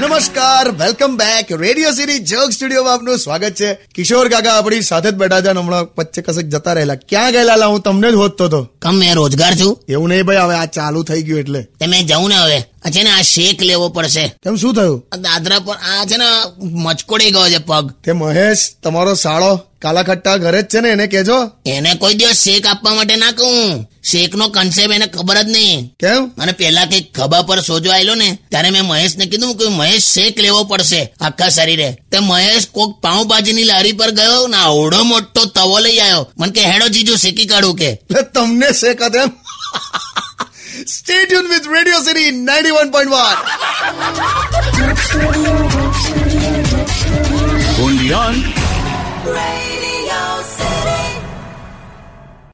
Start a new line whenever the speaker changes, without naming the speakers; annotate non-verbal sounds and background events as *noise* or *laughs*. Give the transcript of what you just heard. નમસ્કાર welcome back radio city જોક સ્ટુડિયોમાં આપનું સ્વાગત છે કિશોર કાકા આપણી સાથે જ બેઠા છે અને હમણાં વચ્ચે કસેક જતા રહેલા ક્યાં ગયેલા લા? હું તમને જ હોતતો હતો
કમ મેં રોજગાર છું
એવું નહીં ભાઈ હવે આ ચાલુ થઈ ગયું એટલે
તે મેં જવું ને હવે આ છે ને આ શેક લેવો પડશે
કેમ શું થયું
આ દાદરા પર આ છે ને મચકોડી ગયો છે પગ
તે મહેશ તમારો સાળો કાલા ખટ્ટા ઘરે જ છે ને એને કહેજો
એને કોઈ દિવસ શેક આપવા માટે ના કહું શેકનો concept એને ખબર જ નહીં
કેમ
અને પેલા કઈક ખભા પર સોજો આયલો ને ત્યારે મેં મહેશને કીધું કે મહેશ શેક લેવો પડશે આખા શરીરે તે મહેશ કોક પાઉંભાજીની લારી પર ગયો ને આવડો મોટો તવો લઈ આવ્યો મને કે હેડો જીજુ શેકી કાઢું કે
એટલે તમને શેકત એમ *laughs* stay tune with radio city 91.1
Undian.
Radio